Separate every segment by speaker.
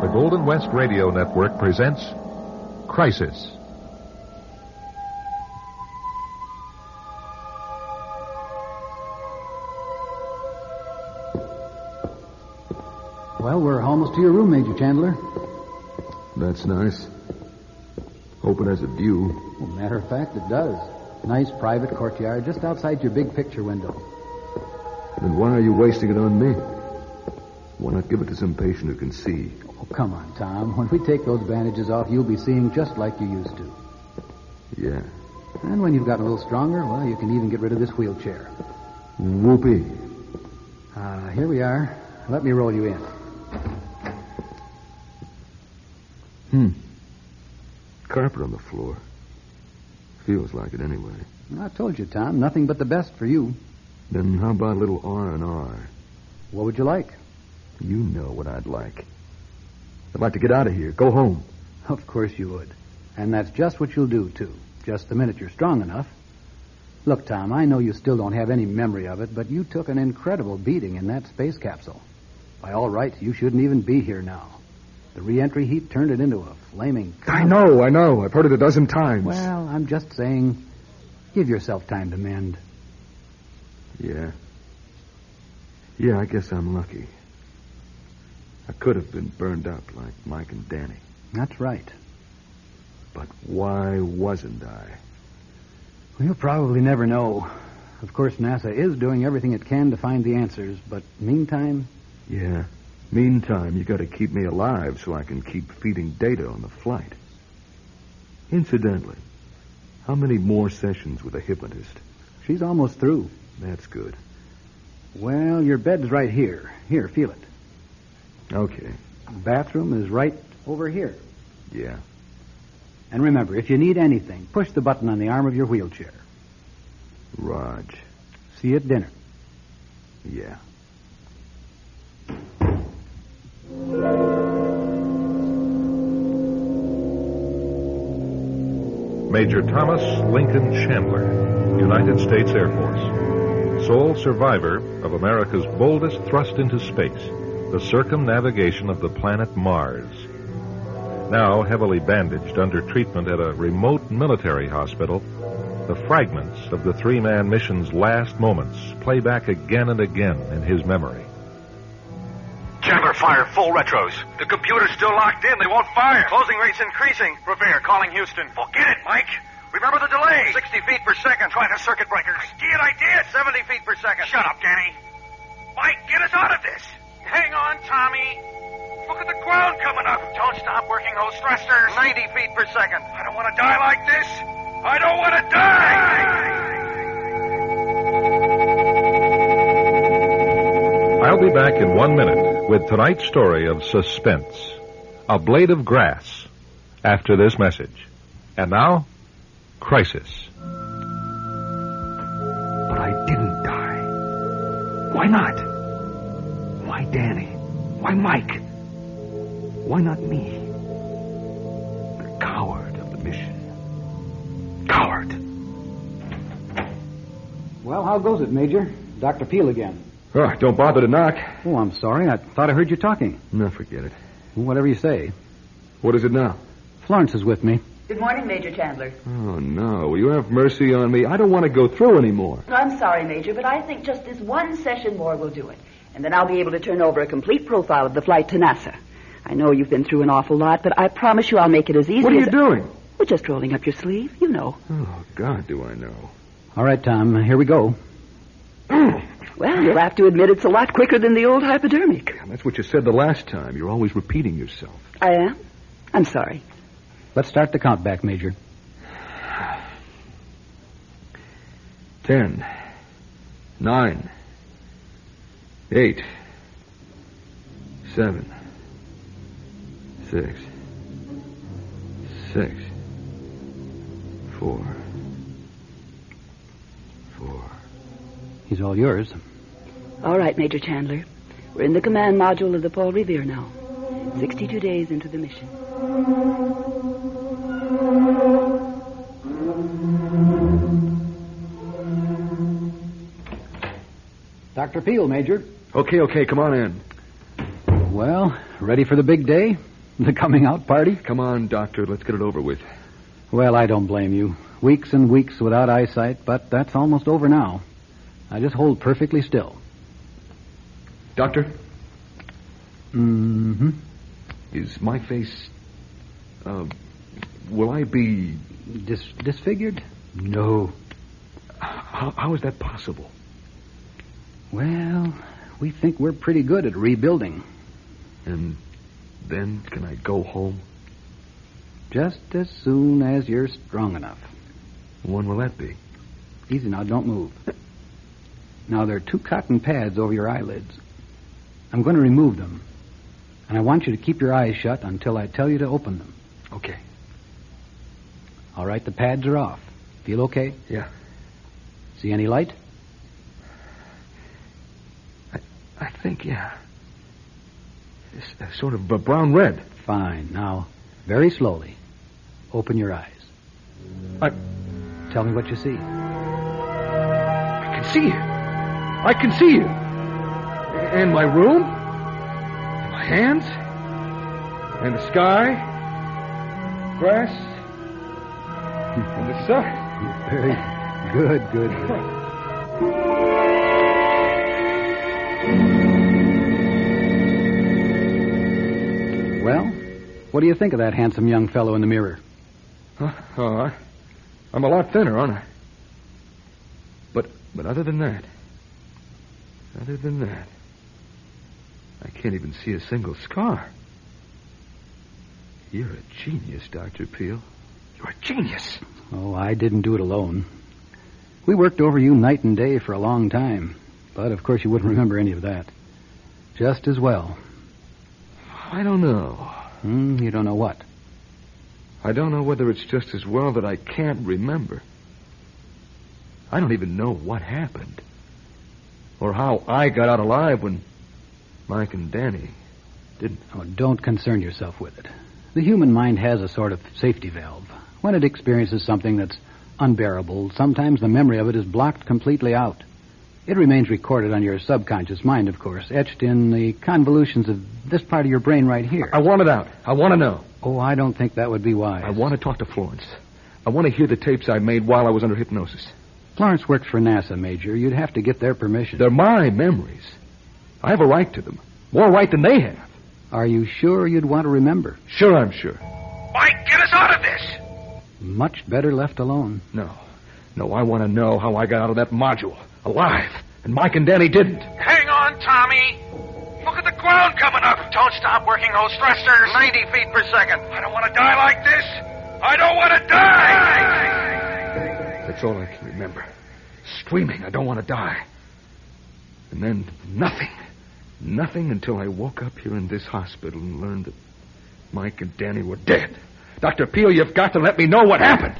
Speaker 1: The Golden West Radio Network presents Crisis.
Speaker 2: Well, we're almost to your room, Major Chandler.
Speaker 3: That's nice. Hope it has a view.
Speaker 2: Well, matter of fact, it does. Nice private courtyard just outside your big picture window.
Speaker 3: Then why are you wasting it on me? Why not give it to some patient who can see?
Speaker 2: Oh, come on, Tom. When we take those bandages off, you'll be seeing just like you used to.
Speaker 3: Yeah.
Speaker 2: And when you've gotten a little stronger, well, you can even get rid of this wheelchair.
Speaker 3: Whoopee.
Speaker 2: Ah, here we are. Let me roll you in.
Speaker 3: Carpet on the floor. Feels like it anyway.
Speaker 2: I told you, Tom, nothing but the best for you.
Speaker 3: Then how about a little R and R?
Speaker 2: What would you like?
Speaker 3: You know what I'd like. I'd like to get out of here. Go home.
Speaker 2: Of course you would. And that's just what you'll do, too, just the minute you're strong enough. Look, Tom, I know you still don't have any memory of it, but you took an incredible beating in that space capsule. By all rights, you shouldn't even be here now. The reentry heat turned it into a flaming.
Speaker 3: I know, I know. I've heard it a dozen times.
Speaker 2: Well, I'm just saying, give yourself time to mend.
Speaker 3: Yeah. Yeah, I guess I'm lucky. I could have been burned up like Mike and Danny.
Speaker 2: That's right.
Speaker 3: But why wasn't I?
Speaker 2: Well, you'll probably never know. Of course, NASA is doing everything it can to find the answers, but meantime,
Speaker 3: Yeah. Meantime, you gotta keep me alive so I can keep feeding data on the flight. Incidentally, how many more sessions with a hypnotist?
Speaker 2: she's almost through.
Speaker 3: That's good.
Speaker 2: Well, your bed's right here. Here, feel it.
Speaker 3: Okay.
Speaker 2: Bathroom is right over here.
Speaker 3: Yeah.
Speaker 2: And remember, if you need anything, push the button on the arm of your wheelchair.
Speaker 3: Raj.
Speaker 2: See you at dinner.
Speaker 3: Yeah.
Speaker 1: Major Thomas Lincoln Chandler, United States Air Force. Sole survivor of America's boldest thrust into space, the circumnavigation of the planet Mars. Now heavily bandaged under treatment at a remote military hospital, the fragments of the three man mission's last moments play back again and again in his memory.
Speaker 4: Chandler, fire full retros. The computer's still locked in. They won't fire. Closing rate's increasing. Revere calling Houston. Forget it, Mike. Remember the delay. 60 feet per second. Try the circuit breakers. I did, I did. 70 feet per second. Shut up, Danny. Mike, get us out of this. Hang on, Tommy. Look at the ground coming up. Don't stop working those thrusters. 90 feet per second. I don't want to die like this. I don't want to die.
Speaker 1: I'll be back in one minute with tonight's story of suspense A Blade of Grass after this message. And now, Crisis.
Speaker 3: But I didn't die. Why not? Why Danny? Why Mike? Why not me? The coward of the mission. Coward!
Speaker 2: Well, how goes it, Major? Dr. Peel again.
Speaker 3: Oh, don't bother to knock.
Speaker 2: Oh, I'm sorry. I thought I heard you talking.
Speaker 3: No, forget it.
Speaker 2: Whatever you say.
Speaker 3: What is it now?
Speaker 2: Florence is with me.
Speaker 5: Good morning, Major Chandler.
Speaker 3: Oh, no. Will you have mercy on me? I don't want to go through anymore.
Speaker 5: I'm sorry, Major, but I think just this one session more will do it. And then I'll be able to turn over a complete profile of the flight to NASA. I know you've been through an awful lot, but I promise you I'll make it as easy
Speaker 3: What are
Speaker 5: as...
Speaker 3: you doing?
Speaker 5: Well, just rolling up your sleeve, you know.
Speaker 3: Oh, God, do I know.
Speaker 2: All right, Tom, here we go.
Speaker 5: Well, you'll have to admit it's a lot quicker than the old hypodermic.
Speaker 3: Damn, That's what you said the last time. You're always repeating yourself.
Speaker 5: I am? I'm sorry.
Speaker 2: Let's start the count back, Major.
Speaker 3: Ten. Nine. Eight. Seven. Six. Six. Four. Four.
Speaker 2: He's all yours.
Speaker 5: All right, Major Chandler. We're in the command module of the Paul Revere now. 62 days into the mission.
Speaker 2: Dr. Peel, Major.
Speaker 3: Okay, okay, come on in.
Speaker 2: Well, ready for the big day? The coming out party?
Speaker 3: Come on, Doctor. Let's get it over with.
Speaker 2: Well, I don't blame you. Weeks and weeks without eyesight, but that's almost over now. I just hold perfectly still.
Speaker 3: Doctor,
Speaker 2: Mm-hmm.
Speaker 3: is my face. Uh, will I be.
Speaker 2: Dis- disfigured? No.
Speaker 3: How, how is that possible?
Speaker 2: Well, we think we're pretty good at rebuilding.
Speaker 3: And then can I go home?
Speaker 2: Just as soon as you're strong enough.
Speaker 3: When will that be?
Speaker 2: Easy now, don't move. Now, there are two cotton pads over your eyelids. I'm going to remove them. And I want you to keep your eyes shut until I tell you to open them.
Speaker 3: Okay.
Speaker 2: All right, the pads are off. Feel okay?
Speaker 3: Yeah.
Speaker 2: See any light?
Speaker 3: I think, yeah. It's uh, sort of uh, brown red.
Speaker 2: Fine. Now, very slowly, open your eyes.
Speaker 3: I,
Speaker 2: Tell me what you see.
Speaker 3: I can see you. I can see you. A- And my room. And my hands. And the sky. Grass. And the sun.
Speaker 2: Very good, good, good. Well, what do you think of that handsome young fellow in the mirror?
Speaker 3: Huh? Oh, I, I'm a lot thinner, aren't I? But, but other than that, other than that, I can't even see a single scar. You're a genius, Dr. Peel. You're a genius.
Speaker 2: Oh, I didn't do it alone. We worked over you night and day for a long time, but of course you wouldn't remember any of that. Just as well.
Speaker 3: I don't know.
Speaker 2: Hmm, you don't know what.
Speaker 3: I don't know whether it's just as well that I can't remember. I don't even know what happened. Or how I got out alive when Mike and Danny didn't.
Speaker 2: Oh, don't concern yourself with it. The human mind has a sort of safety valve. When it experiences something that's unbearable, sometimes the memory of it is blocked completely out. It remains recorded on your subconscious mind, of course, etched in the convolutions of this part of your brain right here.
Speaker 3: I want it out. I want to know.
Speaker 2: oh, I don't think that would be wise.
Speaker 3: I want to talk to Florence. I want to hear the tapes I made while I was under hypnosis.
Speaker 2: Florence works for NASA, Major. You'd have to get their permission.
Speaker 3: They're my memories. I have a right to them. More right than they have.
Speaker 2: Are you sure you'd want to remember?
Speaker 3: Sure, I'm sure.
Speaker 4: Mike, get us out of this!
Speaker 2: Much better left alone.
Speaker 3: No. No, I want to know how I got out of that module. Alive. And Mike and Danny didn't.
Speaker 4: Hang on, Tommy. Look at the ground coming up. Don't stop working those thrusters. 90 feet per second. I don't want to die like this. I don't want to die.
Speaker 3: That's all I can remember. Screaming, I don't want to die. And then nothing. Nothing until I woke up here in this hospital and learned that Mike and Danny were dead. Dr. Peel, you've got to let me know what happened.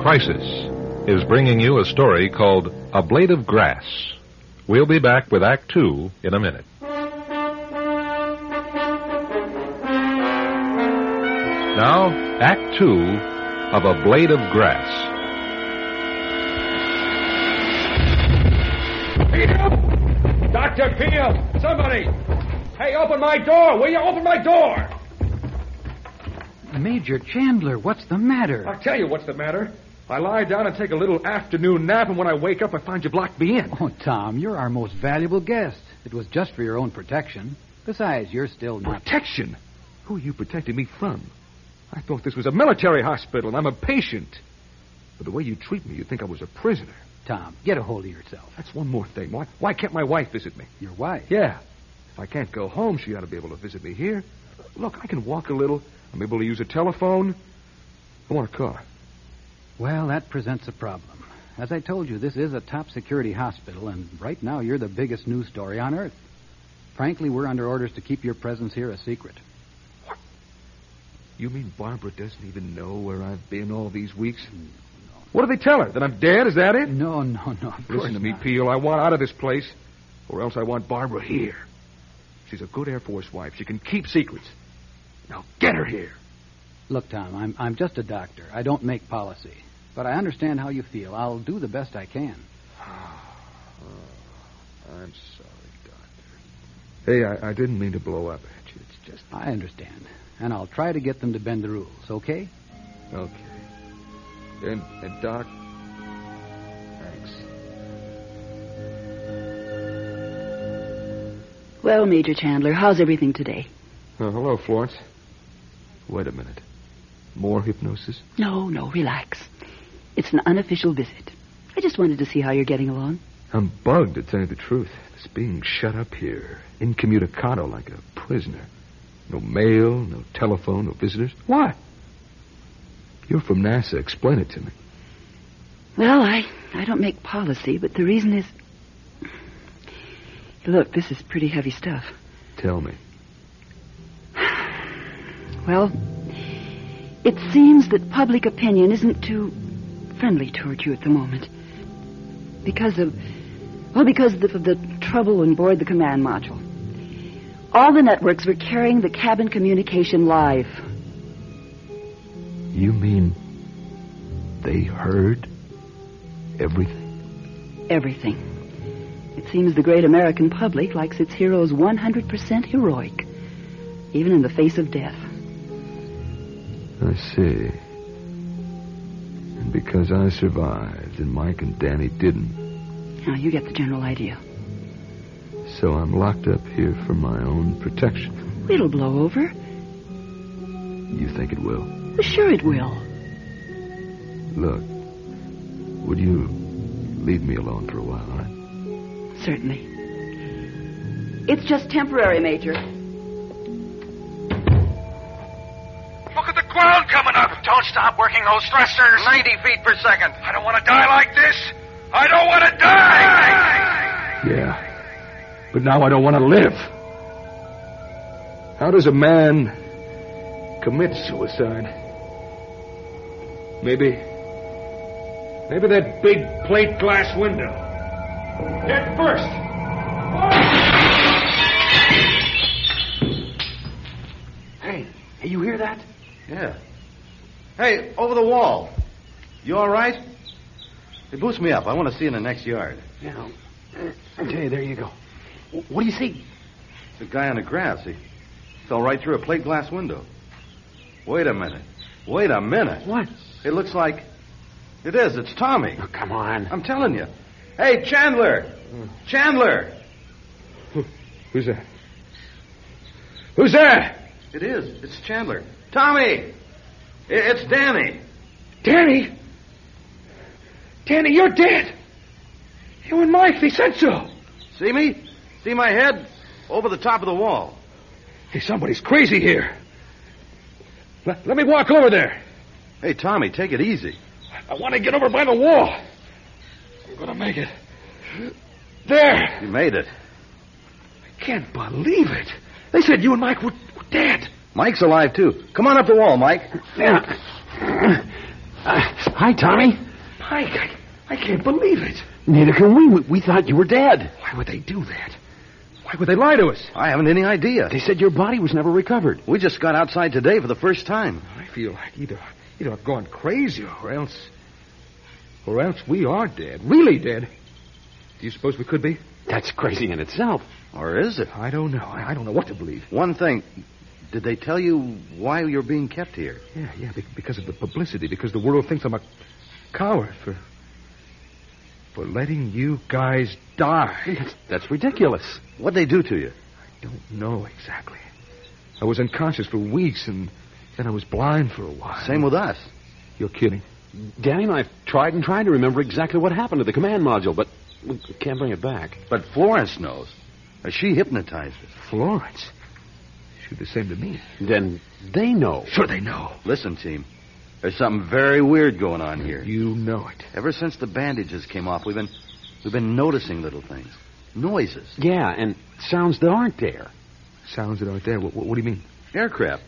Speaker 1: Crisis is bringing you a story called A Blade of Grass. We'll be back with Act Two in a minute. Now, Act Two of A Blade of Grass.
Speaker 3: Peel! Dr. Peel! Somebody! Hey, open my door, will you? Open my door!
Speaker 2: Major Chandler, what's the matter?
Speaker 3: I'll tell you what's the matter. I lie down and take a little afternoon nap, and when I wake up, I find you've locked me in.
Speaker 2: Oh, Tom, you're our most valuable guest. It was just for your own protection. Besides, you're still not.
Speaker 3: Protection? Who are you protecting me from? I thought this was a military hospital, and I'm a patient. But the way you treat me, you'd think I was a prisoner.
Speaker 2: Tom, get a hold of yourself.
Speaker 3: That's one more thing. Why, why can't my wife visit me?
Speaker 2: Your wife.
Speaker 3: Yeah. If I can't go home, she ought to be able to visit me here. Look, I can walk a little. I'm able to use a telephone. I want a car.
Speaker 2: Well, that presents a problem. As I told you, this is a top security hospital, and right now you're the biggest news story on earth. Frankly, we're under orders to keep your presence here a secret.
Speaker 3: You mean Barbara doesn't even know where I've been all these weeks? What do they tell her? That I'm dead? Is that it?
Speaker 2: No, no, no. Of course
Speaker 3: Listen to me,
Speaker 2: not.
Speaker 3: Peel. I want out of this place, or else I want Barbara here. She's a good Air Force wife. She can keep secrets. Now get her here.
Speaker 2: Look, Tom, I'm, I'm just a doctor. I don't make policy. But I understand how you feel. I'll do the best I can.
Speaker 3: I'm sorry, Doctor. Hey, I, I didn't mean to blow up at you. It's just.
Speaker 2: I understand. And I'll try to get them to bend the rules, okay?
Speaker 3: Okay. And, and Doc, thanks.
Speaker 5: Well, Major Chandler, how's everything today?
Speaker 3: Oh, hello, Florence. Wait a minute. More hypnosis?
Speaker 5: No, no, relax. It's an unofficial visit. I just wanted to see how you're getting along.
Speaker 3: I'm bugged, to tell you the truth. It's being shut up here, incommunicado, like a prisoner. No mail, no telephone, no visitors. Why? You're from NASA. Explain it to me.
Speaker 5: Well, I, I don't make policy, but the reason is. Look, this is pretty heavy stuff.
Speaker 3: Tell me.
Speaker 5: Well, it seems that public opinion isn't too friendly toward you at the moment. Because of. Well, because of the, of the trouble on board the command module. All the networks were carrying the cabin communication live.
Speaker 3: You mean they heard everything?
Speaker 5: Everything. It seems the great American public likes its heroes 100% heroic, even in the face of death.
Speaker 3: I see. And because I survived and Mike and Danny didn't,
Speaker 5: Now, you get the general idea.
Speaker 3: so I'm locked up here for my own protection.
Speaker 5: It'll blow over.
Speaker 3: You think it will?
Speaker 5: Sure, it will.
Speaker 3: Look, would you leave me alone for a while, all right?
Speaker 5: Certainly. It's just temporary, Major.
Speaker 4: Look at the ground coming up. Don't stop working those thrusters. 90 feet per second. I don't want to die like this. I don't want to die.
Speaker 3: Yeah. But now I don't want to live. How does a man commit suicide? Maybe. Maybe that big plate glass window. Head first.
Speaker 6: Hey, hey, you hear that?
Speaker 3: Yeah.
Speaker 6: Hey, over the wall. You all right? Hey, boost me up. I want to see in the next yard.
Speaker 2: Yeah. Okay, there you go. What do you see?
Speaker 6: It's a guy on the grass. He fell right through a plate glass window. Wait a minute. Wait a minute.
Speaker 2: What? Oh,
Speaker 6: It looks like. It is. It's Tommy.
Speaker 2: Come on.
Speaker 6: I'm telling you. Hey, Chandler. Chandler.
Speaker 3: Who's that? Who's that?
Speaker 6: It is. It's Chandler. Tommy. I- It's Danny.
Speaker 3: Danny! Danny, you're dead! You and Mike, they said so!
Speaker 6: See me? See my head? Over the top of the wall.
Speaker 3: Hey, somebody's crazy here. Let- let me walk over there.
Speaker 6: Hey, Tommy, take it easy.
Speaker 3: I want to get over by the wall. I'm going to make it. There.
Speaker 6: You made it.
Speaker 3: I can't believe it. They said you and Mike were, were dead.
Speaker 6: Mike's alive, too. Come on up the wall, Mike.
Speaker 3: Yeah. Uh, hi, Tommy. Mike, I, I can't believe it.
Speaker 7: Neither can we. we. We thought you were dead.
Speaker 3: Why would they do that? Why would they lie to us?
Speaker 6: I haven't any idea.
Speaker 7: They said your body was never recovered.
Speaker 6: We just got outside today for the first time.
Speaker 3: I feel like either, either I've gone crazy or else. Or else we are dead. Really dead. Do you suppose we could be?
Speaker 7: That's crazy in itself.
Speaker 6: Or is it?
Speaker 3: I don't know. I I don't know what to believe.
Speaker 6: One thing. Did they tell you why you're being kept here?
Speaker 3: Yeah, yeah, be- because of the publicity, because the world thinks I'm a coward for for letting you guys die.
Speaker 7: That's, that's ridiculous.
Speaker 6: What'd they do to you?
Speaker 3: don't know exactly. I was unconscious for weeks, and then I was blind for a while.
Speaker 6: Same with us.
Speaker 3: You're kidding.
Speaker 7: Danny and I've tried and tried to remember exactly what happened to the command module, but we can't bring it back.
Speaker 6: But Florence knows. Uh, She hypnotized us.
Speaker 3: Florence. She did the same to me.
Speaker 7: Then they know.
Speaker 3: Sure, they know.
Speaker 6: Listen, team. There's something very weird going on here.
Speaker 3: You know it.
Speaker 6: Ever since the bandages came off, we've been we've been noticing little things, noises,
Speaker 7: Yeah, and sounds that aren't there.
Speaker 3: Sounds that aren't there. What, what, what do you mean?
Speaker 6: aircraft.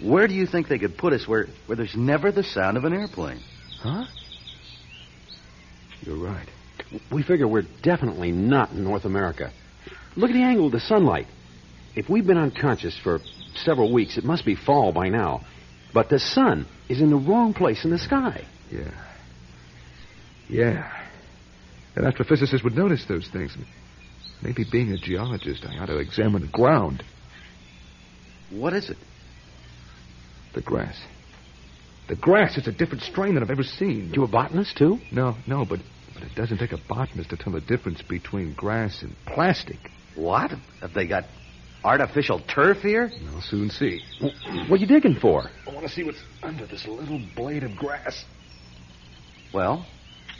Speaker 6: Where do you think they could put us where where there's never the sound of an airplane?
Speaker 3: Huh? You're right.
Speaker 7: We figure we're definitely not in North America. Look at the angle of the sunlight. If we've been unconscious for several weeks, it must be fall by now. But the sun is in the wrong place in the sky.
Speaker 3: Yeah. Yeah. An astrophysicist would notice those things. Maybe being a geologist, I ought to examine the ground,
Speaker 6: What is it?
Speaker 3: the grass. The grass is a different strain than I've ever seen.
Speaker 7: You a botanist, too?
Speaker 3: No, no, but, but it doesn't take a botanist to tell the difference between grass and plastic.
Speaker 6: What? Have they got artificial turf here?
Speaker 3: And I'll soon see.
Speaker 7: What are you digging for?
Speaker 3: I want to see what's under this little blade of grass.
Speaker 6: Well,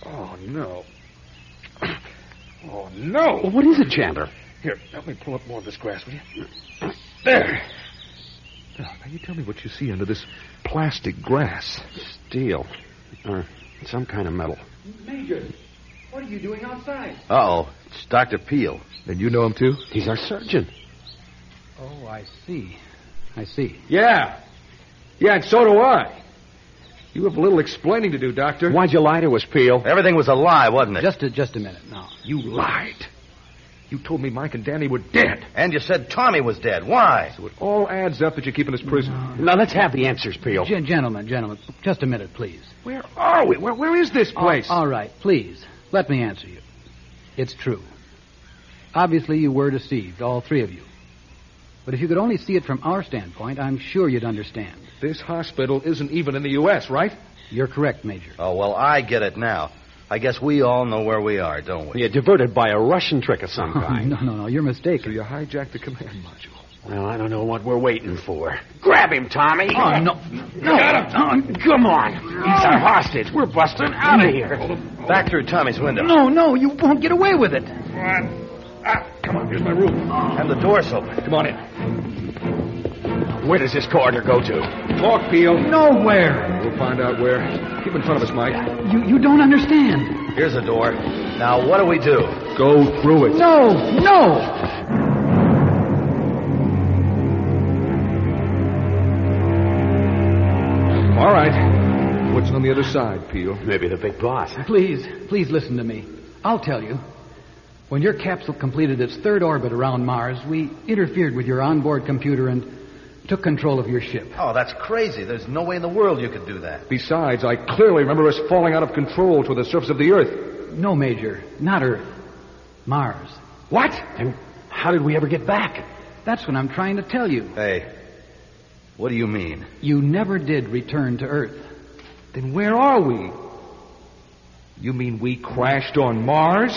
Speaker 3: Oh, no. Oh, no!
Speaker 7: Well, what is it, Chandler?
Speaker 3: Here, help me pull up more of this grass, will you? There. Oh, Now, now you tell me what you see under this plastic grass.
Speaker 7: Steel.
Speaker 3: Uh,
Speaker 7: Or some kind of metal.
Speaker 6: uh oh, it's Doctor Peel.
Speaker 3: And you know him too?
Speaker 7: He's our surgeon.
Speaker 2: Oh, I see. I see.
Speaker 3: Yeah. Yeah, and so do I. You have a little explaining to do, Doctor.
Speaker 7: Why'd you lie to us, Peel?
Speaker 6: Everything was a lie, wasn't it?
Speaker 2: Just a, just a minute now.
Speaker 3: You lied. You told me Mike and Danny were dead.
Speaker 6: And you said Tommy was dead. Why?
Speaker 3: So it all adds up that you're keeping us prisoner.
Speaker 7: Now, let's have the answers,
Speaker 6: Oh.
Speaker 7: Peel.
Speaker 2: Gen- gentlemen, gentlemen, just a minute, please.
Speaker 3: Where are we? Where, where is this place?
Speaker 2: All right, please. Let me answer you. It's true. Obviously, you were deceived, all three of you. But if you could only see it from our standpoint, I'm sure you'd understand.
Speaker 3: This hospital isn't even in the U.S., right?
Speaker 2: You're correct, Major.
Speaker 6: Oh, well, I get it now. I guess we all know where we are, don't we?
Speaker 7: You're diverted by a Russian trick of some kind.
Speaker 2: no, no, no. You're
Speaker 3: So
Speaker 2: mistaken.
Speaker 3: you hijacked the command module.
Speaker 7: Well, I don't know what we're waiting for. Grab him, Tommy.
Speaker 3: Oh, no.
Speaker 7: No. come on. He's our hostage. We're busting out of here.
Speaker 6: Back through Tommy's window.
Speaker 2: No, no. You won't get away with it.
Speaker 3: Come on, here's my room.
Speaker 6: And the door's open.
Speaker 3: Come on in.
Speaker 7: Where does this corridor go to?
Speaker 3: Walk, Peel.
Speaker 2: Nowhere.
Speaker 3: We'll find out where. Keep in front of us, Mike.
Speaker 2: You, you don't understand.
Speaker 6: Here's the door. Now, what do we do?
Speaker 3: Go through it.
Speaker 2: No, no.
Speaker 3: All right. What's on the other side, Peel?
Speaker 7: Maybe the big boss.
Speaker 2: Please, please listen to me. I'll tell you. When your capsule completed its third orbit around Mars, we interfered with your onboard computer and took control of your ship.
Speaker 6: Oh, that's crazy. There's no way in the world you could do that.
Speaker 3: Besides, I clearly remember us falling out of control to the surface of the Earth.
Speaker 2: No, Major. Not Earth. Mars.
Speaker 3: What?
Speaker 7: And how did we ever get back?
Speaker 2: That's what I'm trying to tell you.
Speaker 6: Hey, what do you mean?
Speaker 2: You never did return to Earth.
Speaker 3: Then where are we? You mean we crashed on Mars?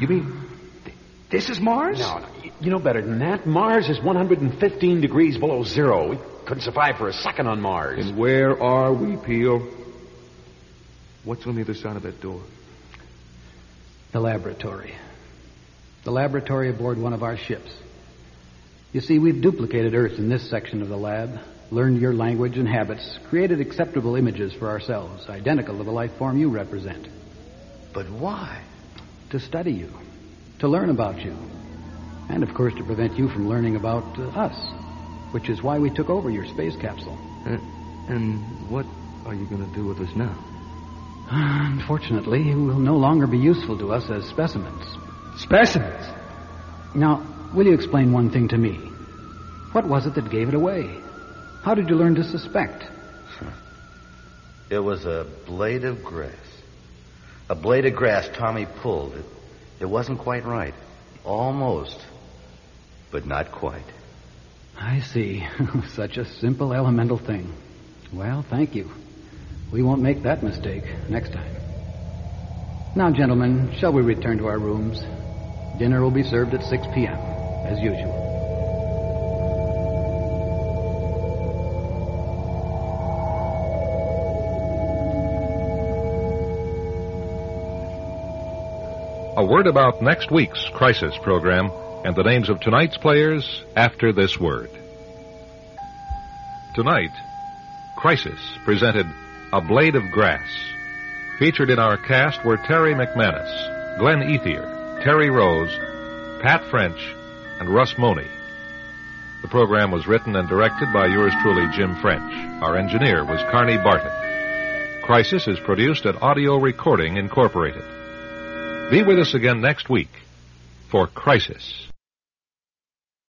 Speaker 3: You mean th- this is Mars?
Speaker 7: No, no. You- You know better than that. Mars is 115 degrees below zero. We couldn't survive for a second on Mars.
Speaker 3: And where are we, Peel? What's on the other side of that door?
Speaker 2: The laboratory. The laboratory aboard one of our ships. You see, we've duplicated Earth in this section of the lab, learned your language and habits, created acceptable images for ourselves, identical to the life form you represent,
Speaker 6: But why?
Speaker 2: to study you, to learn about you, and of course to prevent you from learning about uh, us, which is why we took over your space capsule.
Speaker 3: Uh, and what are you going to do with us now?
Speaker 2: Unfortunately, you will no longer be useful to us as specimens.
Speaker 3: Specimens.
Speaker 2: Now, will you explain one thing to me? What was it that gave it away? How did you learn to suspect?
Speaker 6: It was a blade of grass. A blade of grass Tommy pulled. It, it wasn't quite right. Almost, but not quite.
Speaker 2: I see. Such a simple elemental thing. Well, thank you. We won't make that mistake next time. Now, gentlemen, shall we return to our rooms? Dinner will be served at 6 p.m., as usual.
Speaker 1: A word about next week's Crisis program and the names of tonight's players after this word. Tonight, Crisis presented A Blade of Grass. Featured in our cast were Terry McManus, Glenn Ethier, Terry Rose, Pat French, and Russ Money. The program was written and directed by yours truly, Jim French. Our engineer was Carney Barton. Crisis is produced at Audio Recording Incorporated. Be with us again next week for Crisis.